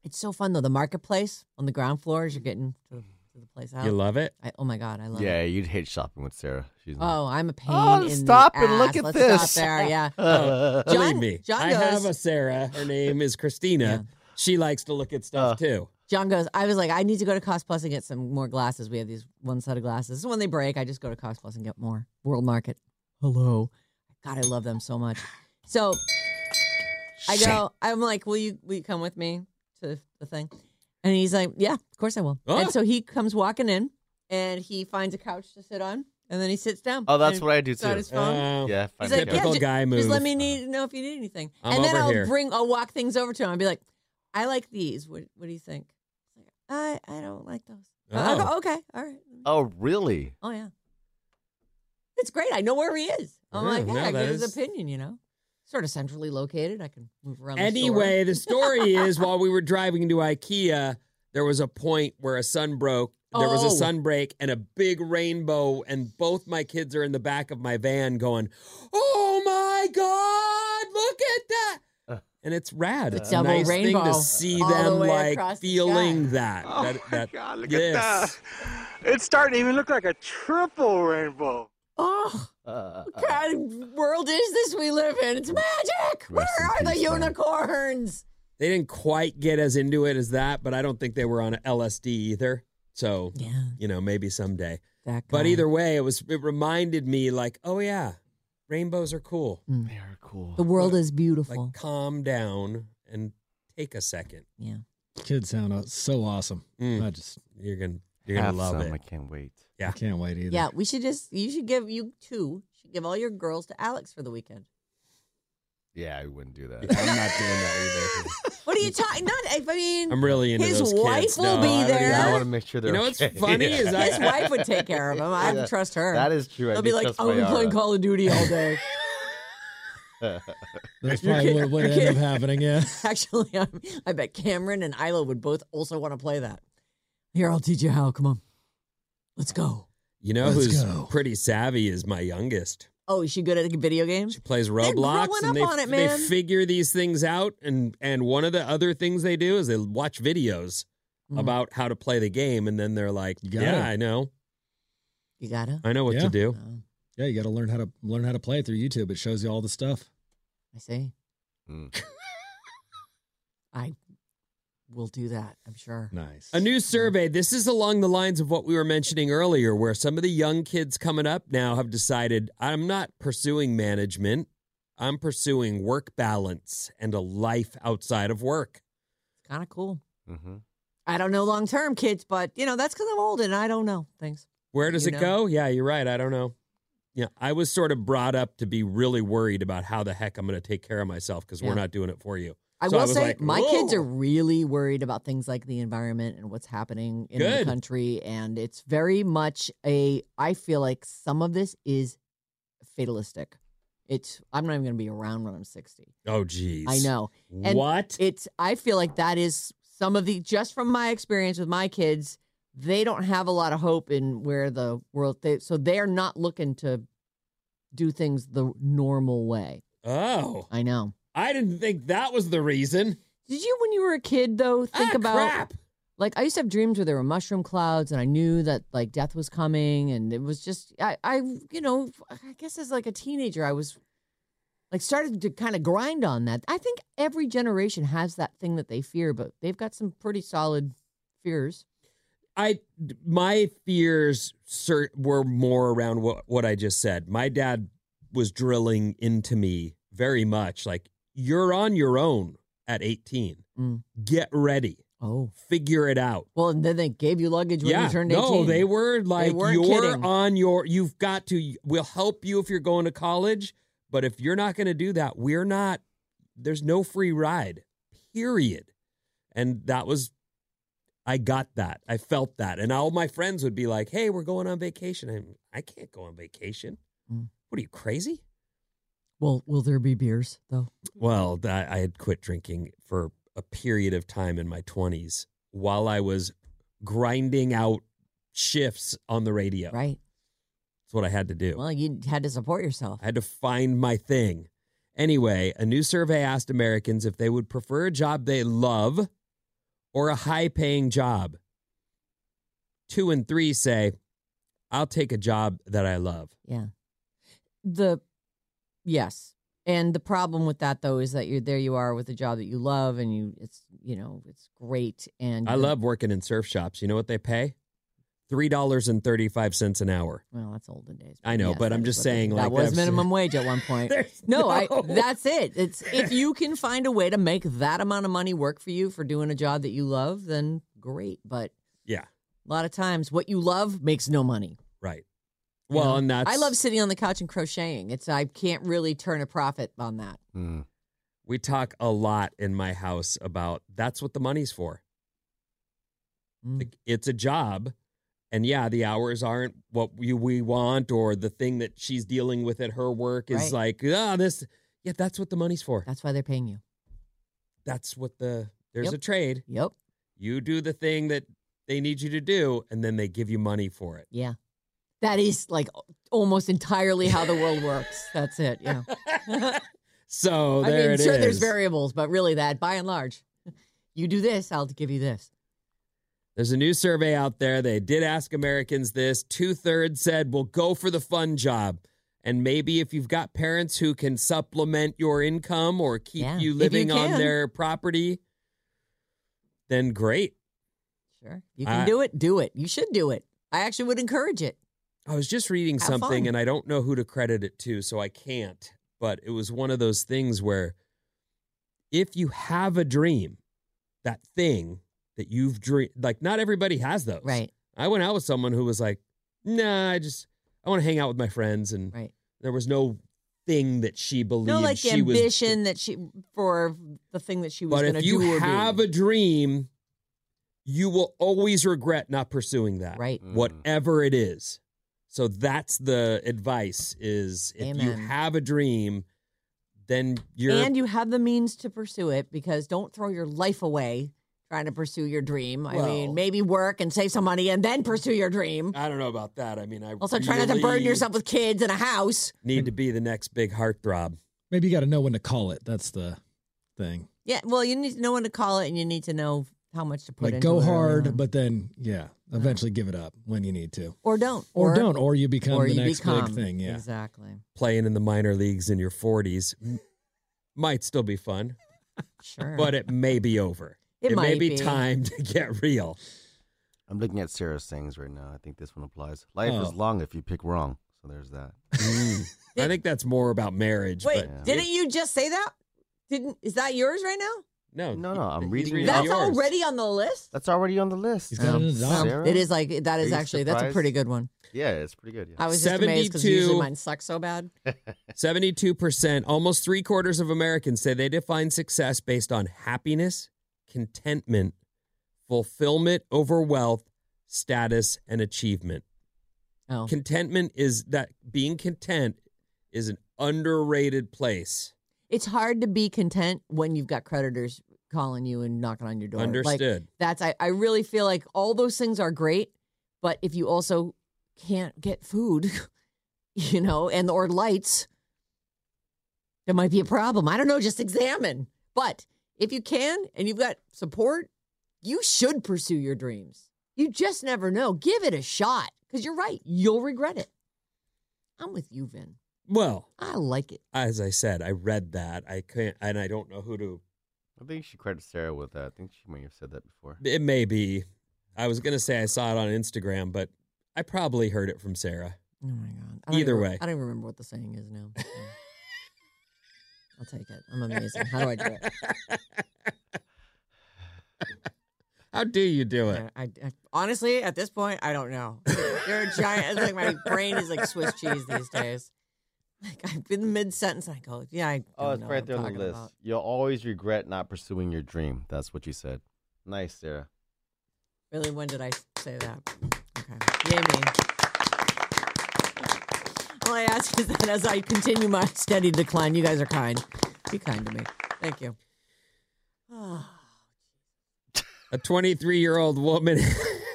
Speaker 3: It's so fun though. The marketplace on the ground floor as you're getting to, to the place out.
Speaker 7: You love it?
Speaker 3: I, oh my god, I love it.
Speaker 8: Yeah, you'd hate shopping with Sarah. She's
Speaker 3: Oh, I'm a pain.
Speaker 8: Oh,
Speaker 3: in
Speaker 8: stop
Speaker 3: the
Speaker 8: and look
Speaker 3: ass.
Speaker 8: at
Speaker 3: Let's
Speaker 8: this.
Speaker 3: Stop there,
Speaker 7: *laughs*
Speaker 3: yeah.
Speaker 7: Oh,
Speaker 3: John-
Speaker 7: believe me,
Speaker 3: John
Speaker 7: I
Speaker 3: goes-
Speaker 7: have a Sarah. Her name is Christina. She likes to look at
Speaker 15: Uh,
Speaker 7: stuff too.
Speaker 3: John goes, I was like, I need to go to Cost Plus and get some more glasses. We have these one set of glasses. This is when they break. I just go to Cost Plus and get more. World Market. Hello. God, I love them so much. So I go, I'm like, will you will you come with me to the thing? And he's like, Yeah, of course I will.
Speaker 8: Oh.
Speaker 3: And so he comes walking in and he finds a couch to sit on and then he sits down.
Speaker 8: Oh, that's
Speaker 3: and
Speaker 8: what I do
Speaker 3: puts
Speaker 8: too.
Speaker 3: out his phone.
Speaker 7: Oh. Um,
Speaker 8: yeah,
Speaker 3: He's
Speaker 8: find
Speaker 3: like,
Speaker 8: out.
Speaker 3: yeah, ju- Just let me need, know if you need anything,
Speaker 8: I'm
Speaker 3: and then
Speaker 8: over
Speaker 3: I'll
Speaker 8: here.
Speaker 3: bring, I'll walk things over to him. I'll be like, I like these. What, what do you think? He's like, I, I don't like those. I'll go,
Speaker 8: Oh.
Speaker 3: okay, all right.
Speaker 8: Oh, really?
Speaker 3: Oh yeah, it's great. I know where he is. I'm
Speaker 8: Yeah,
Speaker 3: like,
Speaker 8: no,
Speaker 3: yeah, I
Speaker 8: that
Speaker 3: get his
Speaker 8: is-
Speaker 3: opinion. You know, sort of centrally located. I can move around.
Speaker 7: Anyway, the
Speaker 3: the store. *laughs*
Speaker 7: story is while we were driving to IKEA, there was a point where a sun broke. There was a
Speaker 3: Oh.
Speaker 7: sun break and a big rainbow, and both my kids are in the back of my van going, "Oh my God, look at that!"
Speaker 15: Uh.
Speaker 7: And it's rad. It's a
Speaker 3: double
Speaker 7: nice
Speaker 3: rainbow
Speaker 7: thing to see
Speaker 3: all the
Speaker 7: them
Speaker 3: way
Speaker 7: like
Speaker 3: across the
Speaker 7: feeling that.
Speaker 15: Oh
Speaker 7: that,
Speaker 15: my
Speaker 7: that
Speaker 15: God, look
Speaker 7: yes.
Speaker 15: at that. It's starting to even look like a triple rainbow.
Speaker 3: Oh, what kind of world is this we live in? It's magic. Where are the unicorns?
Speaker 7: They didn't quite get as into it as that, but I don't think they were on LSD either. So,
Speaker 3: yeah.
Speaker 7: you know, maybe someday.
Speaker 3: That
Speaker 7: But
Speaker 3: guy.
Speaker 7: either way, it was it reminded me like, oh yeah, rainbows are cool.
Speaker 3: They
Speaker 8: are cool.
Speaker 3: The world is beautiful.
Speaker 7: Like calm down and take a second.
Speaker 3: Yeah.
Speaker 4: Kids sound uh, so awesome. I just
Speaker 7: you're gonna you're gonna
Speaker 4: Have
Speaker 7: love
Speaker 4: some.
Speaker 7: it.
Speaker 4: I
Speaker 8: can't wait.
Speaker 7: Yeah.
Speaker 4: can't wait either.
Speaker 3: Yeah, we should just you should give you two should give all your girls to Alex for the weekend.
Speaker 8: Yeah, I wouldn't do that. I'm not
Speaker 7: doing that
Speaker 8: either.
Speaker 3: *laughs* What are you talking? Not if I mean
Speaker 7: I'm really into
Speaker 3: his
Speaker 7: those
Speaker 3: wife
Speaker 7: kids.
Speaker 3: will
Speaker 7: No,
Speaker 3: be
Speaker 7: I already-
Speaker 3: there.
Speaker 8: I want to make sure they're
Speaker 7: You know what's
Speaker 8: okay.
Speaker 7: funny is
Speaker 8: *laughs*
Speaker 7: I-
Speaker 3: *laughs* his wife would take care of him. I
Speaker 8: Yeah,
Speaker 3: trust her.
Speaker 8: That is true. I
Speaker 3: I'll be
Speaker 8: do
Speaker 3: like,
Speaker 8: trust
Speaker 3: I'll
Speaker 8: my
Speaker 3: be playing
Speaker 8: aura.
Speaker 3: Call of Duty
Speaker 8: *laughs*
Speaker 3: all day. *laughs*
Speaker 4: That's
Speaker 3: Your
Speaker 4: probably what
Speaker 3: kid- *laughs*
Speaker 4: would
Speaker 3: your
Speaker 4: end up
Speaker 3: kid-
Speaker 4: happening. Yeah.
Speaker 3: Actually, I'm, I bet Cameron and Isla would both also want to play that. Here, I'll teach you how. Come on, let's go.
Speaker 7: You know
Speaker 3: Let's
Speaker 7: who's
Speaker 3: go.
Speaker 7: pretty savvy is my youngest.
Speaker 3: Oh, is she good at video games? She
Speaker 7: Plays Roblox
Speaker 3: growing
Speaker 7: and
Speaker 3: up
Speaker 7: they,
Speaker 3: on it,
Speaker 7: they
Speaker 3: man.
Speaker 7: figure these things out and and one of the other things they do is they watch videos
Speaker 3: Mhm.
Speaker 7: about how to play the game and then they're like,
Speaker 4: gotta.
Speaker 7: "Yeah, I know.
Speaker 3: You gotta. Oh.
Speaker 7: I know what
Speaker 4: Yeah.
Speaker 7: to do."
Speaker 4: Yeah, you got to learn how to learn how to play through YouTube. It shows you all the stuff.
Speaker 3: I see.
Speaker 7: Hmm.
Speaker 3: *laughs* I will do that. I'm sure.
Speaker 4: Nice.
Speaker 7: A new survey. This is along the lines of what we were mentioning earlier, where some of the young kids coming up now have decided I'm not pursuing management. I'm pursuing work balance and a life outside of work.
Speaker 3: It's kind of cool.
Speaker 8: Mm-hmm.
Speaker 3: I don't know long term, kids, but you know that's because I'm old and I don't know things.
Speaker 7: Where does
Speaker 3: You
Speaker 7: it
Speaker 3: know?
Speaker 7: go? Yeah, you're right. I don't know. Yeah, I was sort of brought up to be really worried about how the heck I'm going to take care of myself because
Speaker 3: Yeah.
Speaker 7: we're not doing it for you.
Speaker 3: I
Speaker 7: So
Speaker 3: will
Speaker 7: was
Speaker 3: say
Speaker 7: like,
Speaker 3: my kids
Speaker 7: "Whoa."
Speaker 3: are really worried about things like the environment and what's happening in the
Speaker 7: Good.
Speaker 3: country, and it's very much a. I feel like some of this is fatalistic. It's I'm not even going to be around when I'm 60.
Speaker 7: Oh, geez.
Speaker 3: I know.
Speaker 7: what?
Speaker 3: It's I feel like that is some of the just from my experience with my kids, they don't have a lot of hope in where the world they so they're not looking to do things the normal way.
Speaker 7: Oh,
Speaker 3: I know.
Speaker 7: I didn't think that was the reason.
Speaker 3: Did you when you were a kid though think
Speaker 7: Ah,
Speaker 3: about
Speaker 7: crap.
Speaker 3: like I used to have dreams where there were mushroom clouds and I knew that like death was coming and it was just I I you know I guess as like a teenager I was like started to kind of grind on that. I think every generation has that thing that they fear, but they've got some pretty solid fears.
Speaker 7: I my fears cer- were more around what what I just said. My dad was drilling into me very much like you're on your own at 18.
Speaker 3: Mm.
Speaker 7: Get ready.
Speaker 3: Oh.
Speaker 7: Figure it out.
Speaker 3: Well, and then they gave you luggage when
Speaker 7: yeah.
Speaker 3: you turned 18.
Speaker 7: no, they were like
Speaker 3: weren't
Speaker 7: you're
Speaker 3: kidding."
Speaker 7: on your you've got to we'll help you if you're going to college, but if you're not going to do that, we're not there's no free ride. Period. And that was I got that. I felt that. And all my friends would be like, "Hey, we're going on vacation." I'm, I can't go on vacation.
Speaker 3: Mm.
Speaker 7: What are you crazy?
Speaker 3: Well, will there be beers though?
Speaker 7: Well, th- I had quit drinking for a period of time in my 20s while I was grinding out shifts on the radio.
Speaker 3: Right.
Speaker 7: That's what I had to do.
Speaker 3: Well, you had to support yourself.
Speaker 7: I had to find my thing. Anyway, a new survey asked Americans if they would prefer a job they love or a high paying job. Two and three say, I'll take a job that I love.
Speaker 3: Yeah. The yes. And the problem with that though is that you're there you are with a job that you love and you it's you know, it's great and
Speaker 7: I
Speaker 3: you're-
Speaker 7: love working in surf shops. You know what they pay? $3.35 an hour.
Speaker 3: well, that's olden days.
Speaker 7: I know,
Speaker 3: yes,
Speaker 7: but
Speaker 3: that
Speaker 7: I'm
Speaker 3: is
Speaker 7: just
Speaker 3: what they-
Speaker 7: saying,
Speaker 3: that
Speaker 7: like,
Speaker 3: was
Speaker 7: that's-
Speaker 3: minimum wage at one
Speaker 7: *laughs*
Speaker 3: point. no, I
Speaker 7: no-
Speaker 3: that's it. It's if you can find a way to make that amount of money work for you for doing a job that you love, then great. But
Speaker 7: Yeah,
Speaker 3: a lot of times what you love makes no money.
Speaker 7: right.
Speaker 3: you
Speaker 7: Well,
Speaker 3: know?
Speaker 7: and that's
Speaker 3: I love sitting on the couch and crocheting. It's I can't really turn a profit on that.
Speaker 8: Hmm.
Speaker 7: we talk a lot in my house about that's what the money's for.
Speaker 3: Mm.
Speaker 7: Like, It's a job. And yeah, the hours aren't what we, we want, or the thing that she's dealing with at her work
Speaker 3: Right.
Speaker 7: is like, ah, this. Yeah, that's what the money's for.
Speaker 3: That's why they're paying you.
Speaker 7: That's what the, there's
Speaker 3: Yep.
Speaker 7: a trade.
Speaker 3: Yep.
Speaker 7: You do the thing that they need you to do, and then they give you money for it.
Speaker 3: Yeah. That is like almost entirely how the world works. That's it. Yeah.
Speaker 7: *laughs* So
Speaker 3: I
Speaker 7: Oh, there
Speaker 3: mean,
Speaker 7: it
Speaker 3: sure, there's
Speaker 7: is.
Speaker 3: variables, but really that by and large, you do this, I'll give you this.
Speaker 7: There's a new survey out there. They did ask Americans this. Two thirds said, well, go for the fun job. And maybe if you've got parents who can supplement your income or keep
Speaker 3: Yeah,
Speaker 7: you
Speaker 3: if you
Speaker 7: living on
Speaker 3: can.
Speaker 7: their property, then great.
Speaker 3: Sure. You can
Speaker 7: I-
Speaker 3: do it, do it. You should do it. I actually would encourage it.
Speaker 7: I was just reading
Speaker 3: Have
Speaker 7: something
Speaker 3: fun.
Speaker 7: and I don't know who to credit it to, so I can't. But it was one of those things where if you have a dream, that thing that you've dreamed, like not everybody has those.
Speaker 3: Right.
Speaker 7: I went out with someone who was like, nah, I just, I want to hang out with my friends. And
Speaker 3: Right.
Speaker 7: there was no thing that she believed
Speaker 3: No, like the
Speaker 7: she was.
Speaker 3: ambition that she for the thing that she was
Speaker 7: But
Speaker 3: going to
Speaker 7: if
Speaker 3: do.
Speaker 7: you
Speaker 3: or be.
Speaker 7: have a dream, you will always regret not pursuing that.
Speaker 3: Right.
Speaker 4: Mm.
Speaker 7: Whatever it is. So that's the advice is if you
Speaker 3: Amen.
Speaker 7: have a dream, then you're
Speaker 3: and you have the means to pursue it because don't throw your life away trying to pursue your dream. I
Speaker 7: Well-
Speaker 3: mean, maybe work and save some money and then pursue your dream.
Speaker 7: I don't know about that. I mean, I
Speaker 3: Also, try not to burden
Speaker 7: really
Speaker 3: yourself with kids and a house.
Speaker 7: Need to be the next big heartthrob.
Speaker 4: Maybe you got to know when to call it. That's the thing.
Speaker 3: Yeah, well, you need to know when to call it and you need to know how much to put
Speaker 4: like
Speaker 3: into
Speaker 4: go
Speaker 3: it early
Speaker 4: hard,
Speaker 3: on.
Speaker 4: but then yeah, eventually give it up when you need to,
Speaker 3: Or don't.
Speaker 4: or, don't, or you become
Speaker 3: or
Speaker 4: the
Speaker 3: you
Speaker 4: next
Speaker 3: become.
Speaker 4: big thing. Yeah,
Speaker 3: Exactly.
Speaker 7: Playing in the minor leagues in your 40s m- might still be fun,
Speaker 3: Sure.
Speaker 7: but it may be over.
Speaker 3: It
Speaker 7: may
Speaker 3: might
Speaker 7: be,
Speaker 3: be.
Speaker 7: time to get real.
Speaker 8: I'm looking at Sarah's things right now. I think this one applies. Life
Speaker 7: Oh.
Speaker 8: is long if you pick wrong. So there's that.
Speaker 7: I think that's more about marriage.
Speaker 3: Wait,
Speaker 7: but
Speaker 3: didn't you just say that? Didn't is that yours right now?
Speaker 7: No,
Speaker 8: no, no. I'm
Speaker 7: he's
Speaker 8: reading. it
Speaker 3: That's
Speaker 8: out.
Speaker 3: already on the list.
Speaker 8: That's already on the list.
Speaker 4: He's got it in his
Speaker 3: Um,
Speaker 8: Sarah?
Speaker 3: it is like that
Speaker 8: Are
Speaker 3: is
Speaker 8: you
Speaker 3: actually that's a
Speaker 8: surprised?
Speaker 3: pretty good one.
Speaker 8: Yeah, it's pretty good. Yeah.
Speaker 3: I was just amazed because usually
Speaker 7: 72.
Speaker 3: mine sucks so bad.
Speaker 7: 72%, almost three quarters of Americans say they define success based on happiness, contentment, fulfillment over wealth, status, and achievement.
Speaker 3: Oh.
Speaker 7: Contentment is that being content is an underrated place.
Speaker 3: It's hard to be content when you've got creditors calling you and knocking on your door. Like,
Speaker 7: Understood.
Speaker 3: that's I, I really feel like all those things are great, but if you also can't get food, *laughs* you know, and or lights, there might be a problem. I don't know, just examine. But if you can and you've got support, you should pursue your dreams. You just never know. Give it a shot because you're right. You'll regret it. I'm with you, Vin.
Speaker 7: Well,
Speaker 3: I like it.
Speaker 7: as I said, I read that. I can't, and I don't know who to.
Speaker 8: I think she credits Sarah with that. I think she may have said that before.
Speaker 7: It may be. I was going to say I saw it on Instagram, but I probably heard it from Sarah.
Speaker 3: Oh my god. I don't
Speaker 7: Either
Speaker 3: even-
Speaker 7: way.
Speaker 3: I don't even remember what the saying is
Speaker 7: *laughs*
Speaker 3: now. So. I'll take it. I'm amazing. How do I do
Speaker 7: *laughs*
Speaker 3: it?
Speaker 7: How do you do it?
Speaker 3: I, I- honestly, at this point, I don't know. You're a giant. It's like my brain is like Swiss cheese these days. Like I've been mid sentence, and I go, "Yeah, I." Don't
Speaker 8: Oh, it's
Speaker 3: know
Speaker 8: right
Speaker 3: what
Speaker 8: there
Speaker 3: I'm
Speaker 8: on the
Speaker 3: talking
Speaker 8: list.
Speaker 3: about.
Speaker 8: You'll always regret not pursuing your dream. That's what you said. Nice, Sarah. *laughs*
Speaker 3: Really, when did I say that? Okay, yay me. All I ask is that as I continue my steady decline, you guys are kind. Be kind to me. Thank you. *sighs*
Speaker 7: A 23 year old woman.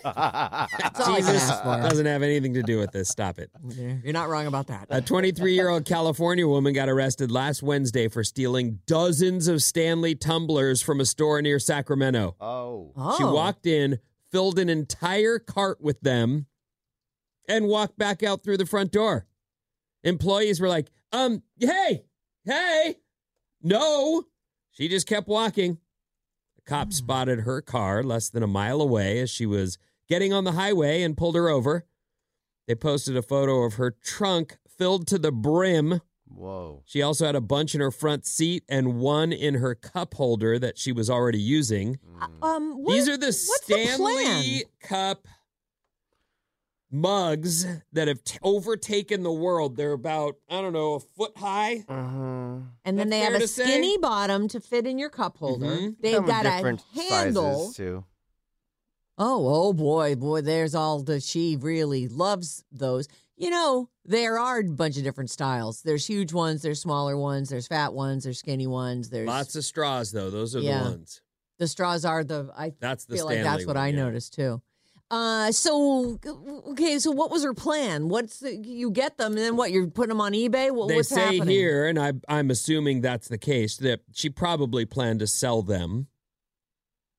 Speaker 3: all I can
Speaker 7: Jesus
Speaker 3: ask for.
Speaker 7: doesn't have anything to do with this. Stop it.
Speaker 3: You're not wrong about that.
Speaker 7: A 23 year old California woman got arrested last Wednesday for stealing dozens of Stanley tumblers from a store near Sacramento.
Speaker 8: Oh.
Speaker 7: She
Speaker 3: Oh.
Speaker 7: walked in, filled an entire cart with them, and walked back out through the front door. Employees were like, um, hey, hey, no. She just kept walking. The cop spotted her car less than a mile away as she was getting on the highway and pulled her over. They posted a photo of her trunk filled to the brim.
Speaker 8: Whoa.
Speaker 7: She also had a bunch in her front seat and one in her cup holder that she was already using.
Speaker 3: Um, what-
Speaker 7: These are the
Speaker 3: what's plan?
Speaker 7: Stanley Cup mugs that have t- overtaken the world. They're about, I don't know, a foot high.
Speaker 3: Uh,
Speaker 8: Uh-huh.
Speaker 3: And then
Speaker 7: That's
Speaker 3: they have
Speaker 7: fair
Speaker 3: a
Speaker 7: to say.
Speaker 3: skinny bottom to fit in your cup holder.
Speaker 7: Mhm.
Speaker 3: They've
Speaker 8: Come in
Speaker 3: got a
Speaker 8: different
Speaker 3: handle.
Speaker 8: sizes too.
Speaker 3: Oh, oh boy, boy, there's all the she really loves those. You know, there are a bunch of different styles. There's huge ones, there's smaller ones, there's fat ones, there's skinny ones, there's
Speaker 7: Lots of straws, though. Those are
Speaker 3: Yeah.
Speaker 7: the ones.
Speaker 3: the straws are the I
Speaker 7: That's the
Speaker 3: feel
Speaker 7: Stanley
Speaker 3: like that's what
Speaker 7: one,
Speaker 3: I
Speaker 7: yeah.
Speaker 3: noticed too. Uh so okay, so what was her plan? What's the, you get them and then what you're putting them on eBay? What,
Speaker 7: they
Speaker 3: what's
Speaker 7: say
Speaker 3: happening?
Speaker 7: here, and I, I'm assuming that's the case, that she probably planned to sell them.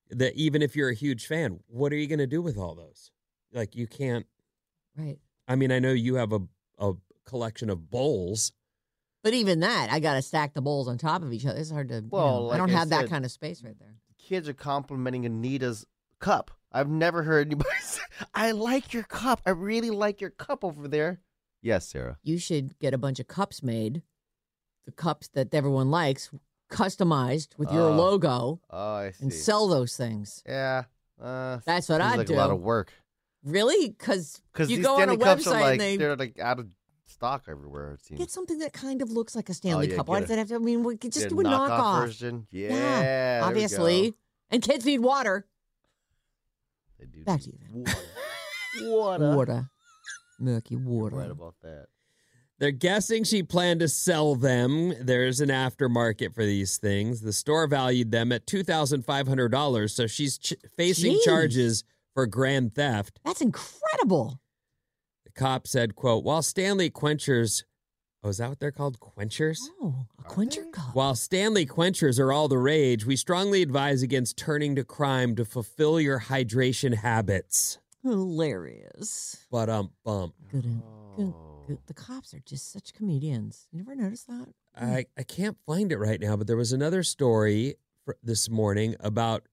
Speaker 7: That even if you're a huge fan, what are you going to do with all those? Like, you can't.
Speaker 3: Right.
Speaker 7: I mean, I know you have a, a collection of bowls.
Speaker 3: But even that, I got to stack the bowls on top of each other. It's hard to. you
Speaker 8: Well,
Speaker 3: know, I
Speaker 8: like
Speaker 3: don't
Speaker 8: I
Speaker 3: have that
Speaker 8: said-
Speaker 3: kind of space right there.
Speaker 8: Kids are complimenting Anita's cup. I've never heard anybody *laughs* say, I like your cup. I really like your cup over there. Yes, Sarah.
Speaker 3: You should get a bunch of cups made, the cups that everyone likes, customized with your
Speaker 8: Oh.
Speaker 3: logo,
Speaker 8: Oh, I see.
Speaker 3: and sell those things.
Speaker 8: yeah. Uh,
Speaker 3: That's what
Speaker 8: seems
Speaker 3: I
Speaker 8: like
Speaker 3: do.
Speaker 8: a lot of work.
Speaker 3: Really? Because
Speaker 8: Because
Speaker 3: you
Speaker 8: these
Speaker 3: go on
Speaker 8: Stanley
Speaker 3: a
Speaker 8: cups
Speaker 3: website
Speaker 8: are like,
Speaker 3: and they
Speaker 8: they're like out of stock everywhere, it seems.
Speaker 3: get something that kind of looks like a Stanley
Speaker 8: Oh, yeah,
Speaker 3: cup. Why
Speaker 8: get
Speaker 3: does it have to? I mean, we could just
Speaker 8: Get
Speaker 3: do a knockoff.
Speaker 8: version. Yeah. there
Speaker 3: yeah,
Speaker 8: we
Speaker 3: obviously.
Speaker 8: go.
Speaker 3: And kids need water.
Speaker 8: They do
Speaker 3: Back
Speaker 8: need
Speaker 3: to you.
Speaker 8: Water.
Speaker 3: *laughs* Water. Murky water.
Speaker 8: Right about that.
Speaker 7: They're guessing she planned to sell them. There's an aftermarket for these things. The store valued them at $2,500, so she's ch- facing
Speaker 3: Jeez.
Speaker 7: charges for grand theft.
Speaker 3: That's incredible.
Speaker 7: The cop said, quote, while Stanley Quenchers, oh, is that what they're called? Quenchers?
Speaker 3: Oh, a quencher cup.
Speaker 7: While Stanley Quenchers are all the rage, we strongly advise against turning to crime to fulfill your hydration habits.
Speaker 3: Hilarious.
Speaker 7: But um bump.
Speaker 3: Good, good,
Speaker 8: Oh.
Speaker 3: good. The cops are just such comedians. You never noticed that?
Speaker 7: I, I can't find it right now, but there was another story fr- this morning about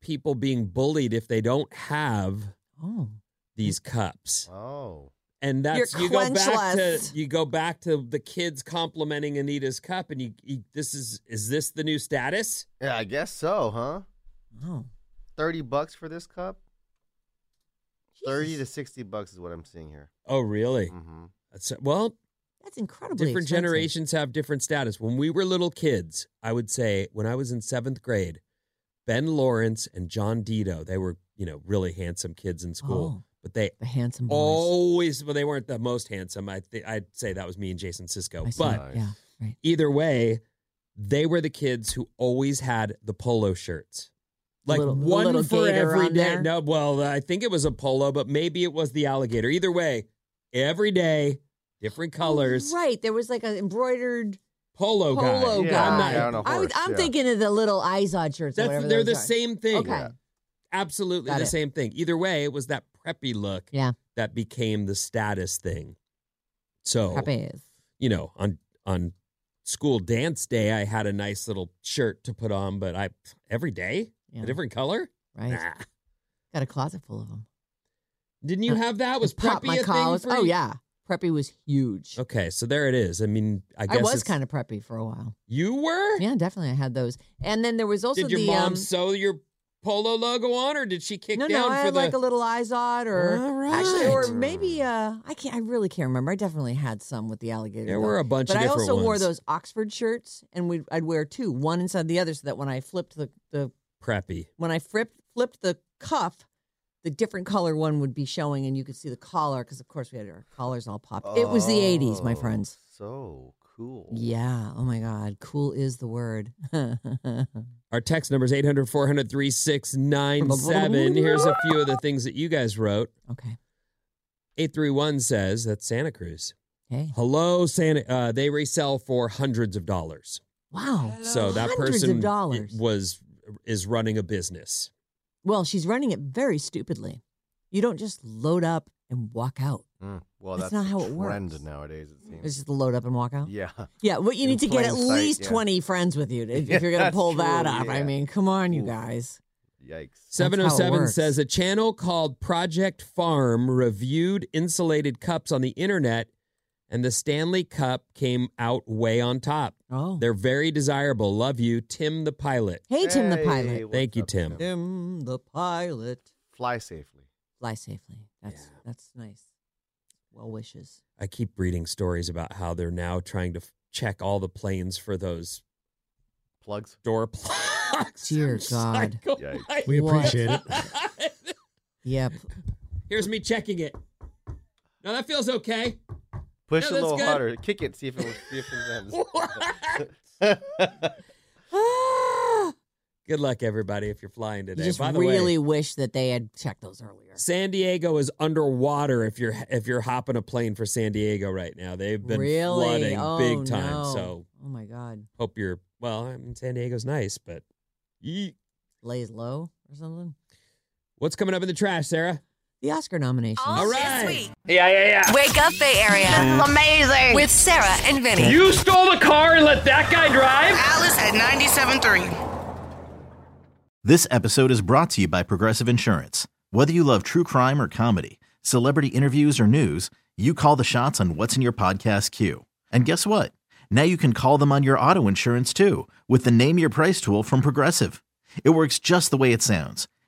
Speaker 7: people being bullied if they don't have
Speaker 3: Oh.
Speaker 7: these cups.
Speaker 8: Oh.
Speaker 7: And that's
Speaker 3: You're
Speaker 7: you go back to
Speaker 3: quenchless.
Speaker 7: you go back to the kids complimenting Anita's cup, and you, you this is is this the new status?
Speaker 8: Yeah, I guess so, huh?
Speaker 3: Oh.
Speaker 8: 30 bucks for this cup? 30 to 60 bucks is what I'm seeing here. Mm-hmm.
Speaker 7: Oh, really?
Speaker 3: Mm.
Speaker 7: That's, well,
Speaker 3: That's incredibly
Speaker 7: different
Speaker 3: expensive.
Speaker 7: generations have different status. When we were little kids, I would say when I was in seventh grade, Ben Lawrence and John Dito, they were, you know, really handsome kids in school.
Speaker 3: Oh.
Speaker 7: but they
Speaker 3: The handsome boys.
Speaker 7: always well, they weren't the most handsome. I th- I'd say that was me and Jason Cisco.
Speaker 3: I see.
Speaker 7: But
Speaker 3: yeah, right.
Speaker 7: either way, they were the kids who always had the polo shirts. Like
Speaker 3: Little-
Speaker 7: one
Speaker 3: little
Speaker 7: for
Speaker 3: gator
Speaker 7: every
Speaker 3: on
Speaker 7: day.
Speaker 3: there?
Speaker 7: No, well, uh, I think it was a polo, but maybe it was the alligator. Either way, every day, different colors.
Speaker 3: Oh, Right. There was like an embroidered
Speaker 7: Polo, guy.
Speaker 3: polo
Speaker 7: Yeah,
Speaker 3: guy.
Speaker 7: I'm not-
Speaker 8: Oh, Yeah, on a
Speaker 3: I was-
Speaker 8: horse,
Speaker 3: I'm
Speaker 8: yeah.
Speaker 3: thinking of the little Izod shirts. or
Speaker 7: That's-
Speaker 3: whatever
Speaker 7: they're the
Speaker 3: those are.
Speaker 7: same thing.
Speaker 3: Okay.
Speaker 7: Yeah. absolutely
Speaker 3: Got
Speaker 7: the
Speaker 3: it.
Speaker 7: same thing. Either way, it was that preppy look
Speaker 3: Yeah.
Speaker 7: that became the status thing. So,
Speaker 3: Preppy is.
Speaker 7: you know, on on school dance day, I had a nice little shirt to put on, but I every day
Speaker 3: Yeah.
Speaker 7: a different color.
Speaker 3: Right.
Speaker 7: Nah.
Speaker 3: Got a closet full of them.
Speaker 7: Didn't you have that? Was
Speaker 3: Pop
Speaker 7: preppy
Speaker 3: my
Speaker 7: a
Speaker 3: collars.
Speaker 7: thing? For
Speaker 3: Oh,
Speaker 7: you?
Speaker 3: yeah. Preppy was huge.
Speaker 7: Okay, so there it is. I mean, I
Speaker 3: I,
Speaker 7: guess
Speaker 3: was
Speaker 7: it's-
Speaker 3: kind of preppy for a while.
Speaker 7: You were?
Speaker 3: Yeah, definitely. I had those. And then there was also
Speaker 7: did your
Speaker 3: the.
Speaker 7: mom
Speaker 3: um,
Speaker 7: sew your polo logo on, or did she kick
Speaker 3: no,
Speaker 7: down
Speaker 3: no,
Speaker 7: for
Speaker 3: I had
Speaker 7: the?
Speaker 3: like a little Izod or
Speaker 7: All
Speaker 3: actually, or
Speaker 7: right.
Speaker 3: maybe uh, I can't. I really can't remember. I definitely had some with the alligator.
Speaker 7: There
Speaker 3: though.
Speaker 7: were a bunch
Speaker 3: but
Speaker 7: of
Speaker 3: I
Speaker 7: different
Speaker 3: also wore
Speaker 7: ones.
Speaker 3: those Oxford shirts, and we I'd wear two, one inside the other, so that when I flipped the, the
Speaker 7: preppy.
Speaker 3: when I flipped flipped the cuff, the different color one would be showing, and you could see the collar because, of course, we had our collars all popped. It was the '80s, my
Speaker 8: Oh,
Speaker 3: friends.
Speaker 8: So cool.
Speaker 3: Yeah. Oh my God. Cool is the word. *laughs*
Speaker 7: Our text number is 800 400 3697. Here's a few of the things that you guys wrote.
Speaker 3: okay.
Speaker 7: 831 says that's Santa Cruz.
Speaker 3: Hey.
Speaker 7: Hello, Santa. Uh, they resell for hundreds of dollars.
Speaker 3: Wow.
Speaker 7: So that
Speaker 3: Hundreds
Speaker 7: person
Speaker 3: of dollars.
Speaker 7: was is running a business.
Speaker 3: Well, she's running it very stupidly. You don't just load up and walk out.
Speaker 8: Mm, Well,
Speaker 3: That's
Speaker 8: that's,
Speaker 3: not
Speaker 8: the
Speaker 3: how it works.
Speaker 8: trend nowadays, it seems.
Speaker 3: It's just load up and walk out.
Speaker 8: yeah. *laughs*
Speaker 3: Yeah, well, you
Speaker 8: In
Speaker 3: need to get
Speaker 8: plain
Speaker 3: at
Speaker 8: sight,
Speaker 3: least
Speaker 8: yeah.
Speaker 3: 20 friends with you if,
Speaker 8: *laughs* Yeah,
Speaker 3: if you're going to
Speaker 8: that's
Speaker 3: pull that
Speaker 8: true,
Speaker 3: up. I
Speaker 8: yeah.
Speaker 3: mean, come on, you
Speaker 8: Oof.
Speaker 3: guys.
Speaker 8: Yikes.
Speaker 3: That's how it
Speaker 7: 707
Speaker 3: works.
Speaker 7: says a channel called Project Farm reviewed insulated cups on the internet, and the Stanley Cup came out way on top.
Speaker 3: Oh.
Speaker 7: They're very desirable. Love you, Tim the pilot.
Speaker 3: Hey, Tim the pilot.
Speaker 8: what's
Speaker 7: Thank you,
Speaker 8: up,
Speaker 7: Tim.
Speaker 3: Tim the pilot.
Speaker 8: Fly safely.
Speaker 3: Fly safely. That's that's nice. Well wishes.
Speaker 7: I keep reading stories about how they're now trying to f- check all the planes for those
Speaker 8: Plugs.
Speaker 7: door *laughs* plugs.
Speaker 3: Dear
Speaker 7: I'm just like,
Speaker 3: God.
Speaker 7: oh my
Speaker 8: Yikes.
Speaker 4: We
Speaker 3: What?
Speaker 4: appreciate it.
Speaker 7: God.
Speaker 3: *laughs*
Speaker 7: *laughs*
Speaker 3: Yep.
Speaker 7: Here's me checking it. No, that feels okay. No,
Speaker 8: Push
Speaker 7: that's
Speaker 8: a little
Speaker 7: good.
Speaker 8: harder. Kick it. See if it, see if
Speaker 3: *laughs*
Speaker 8: it ends.
Speaker 7: Good luck, everybody, if you're flying
Speaker 3: you
Speaker 7: today.
Speaker 3: just
Speaker 7: By the
Speaker 3: really
Speaker 7: way,
Speaker 3: wish that they had checked those earlier.
Speaker 7: San Diego is underwater if you're if you're hopping a plane for San Diego right now. They've been
Speaker 3: really?
Speaker 7: flooding
Speaker 3: oh,
Speaker 7: big time.
Speaker 3: no.
Speaker 7: So
Speaker 3: Oh my God.
Speaker 7: hope you're well, I mean San Diego's nice, but Yeet.
Speaker 3: Lays low or something?
Speaker 7: what's coming up in the trash, Sarah?
Speaker 3: The Oscar nominations.
Speaker 7: All
Speaker 13: This
Speaker 7: right.
Speaker 13: week,
Speaker 12: Yeah, yeah,
Speaker 13: wake up Bay Area
Speaker 12: Amazing.
Speaker 13: with Sarah and Vinny.
Speaker 12: You stole the car and let that guy drive?
Speaker 16: Alice at 97.3.
Speaker 10: This episode is brought to you by Progressive Insurance. Whether you love true crime or comedy, celebrity interviews or news, you call the shots on what's in your podcast queue. And guess what? Now you can call them on your auto insurance too with the Name Your Price tool from Progressive. It works just the way it sounds.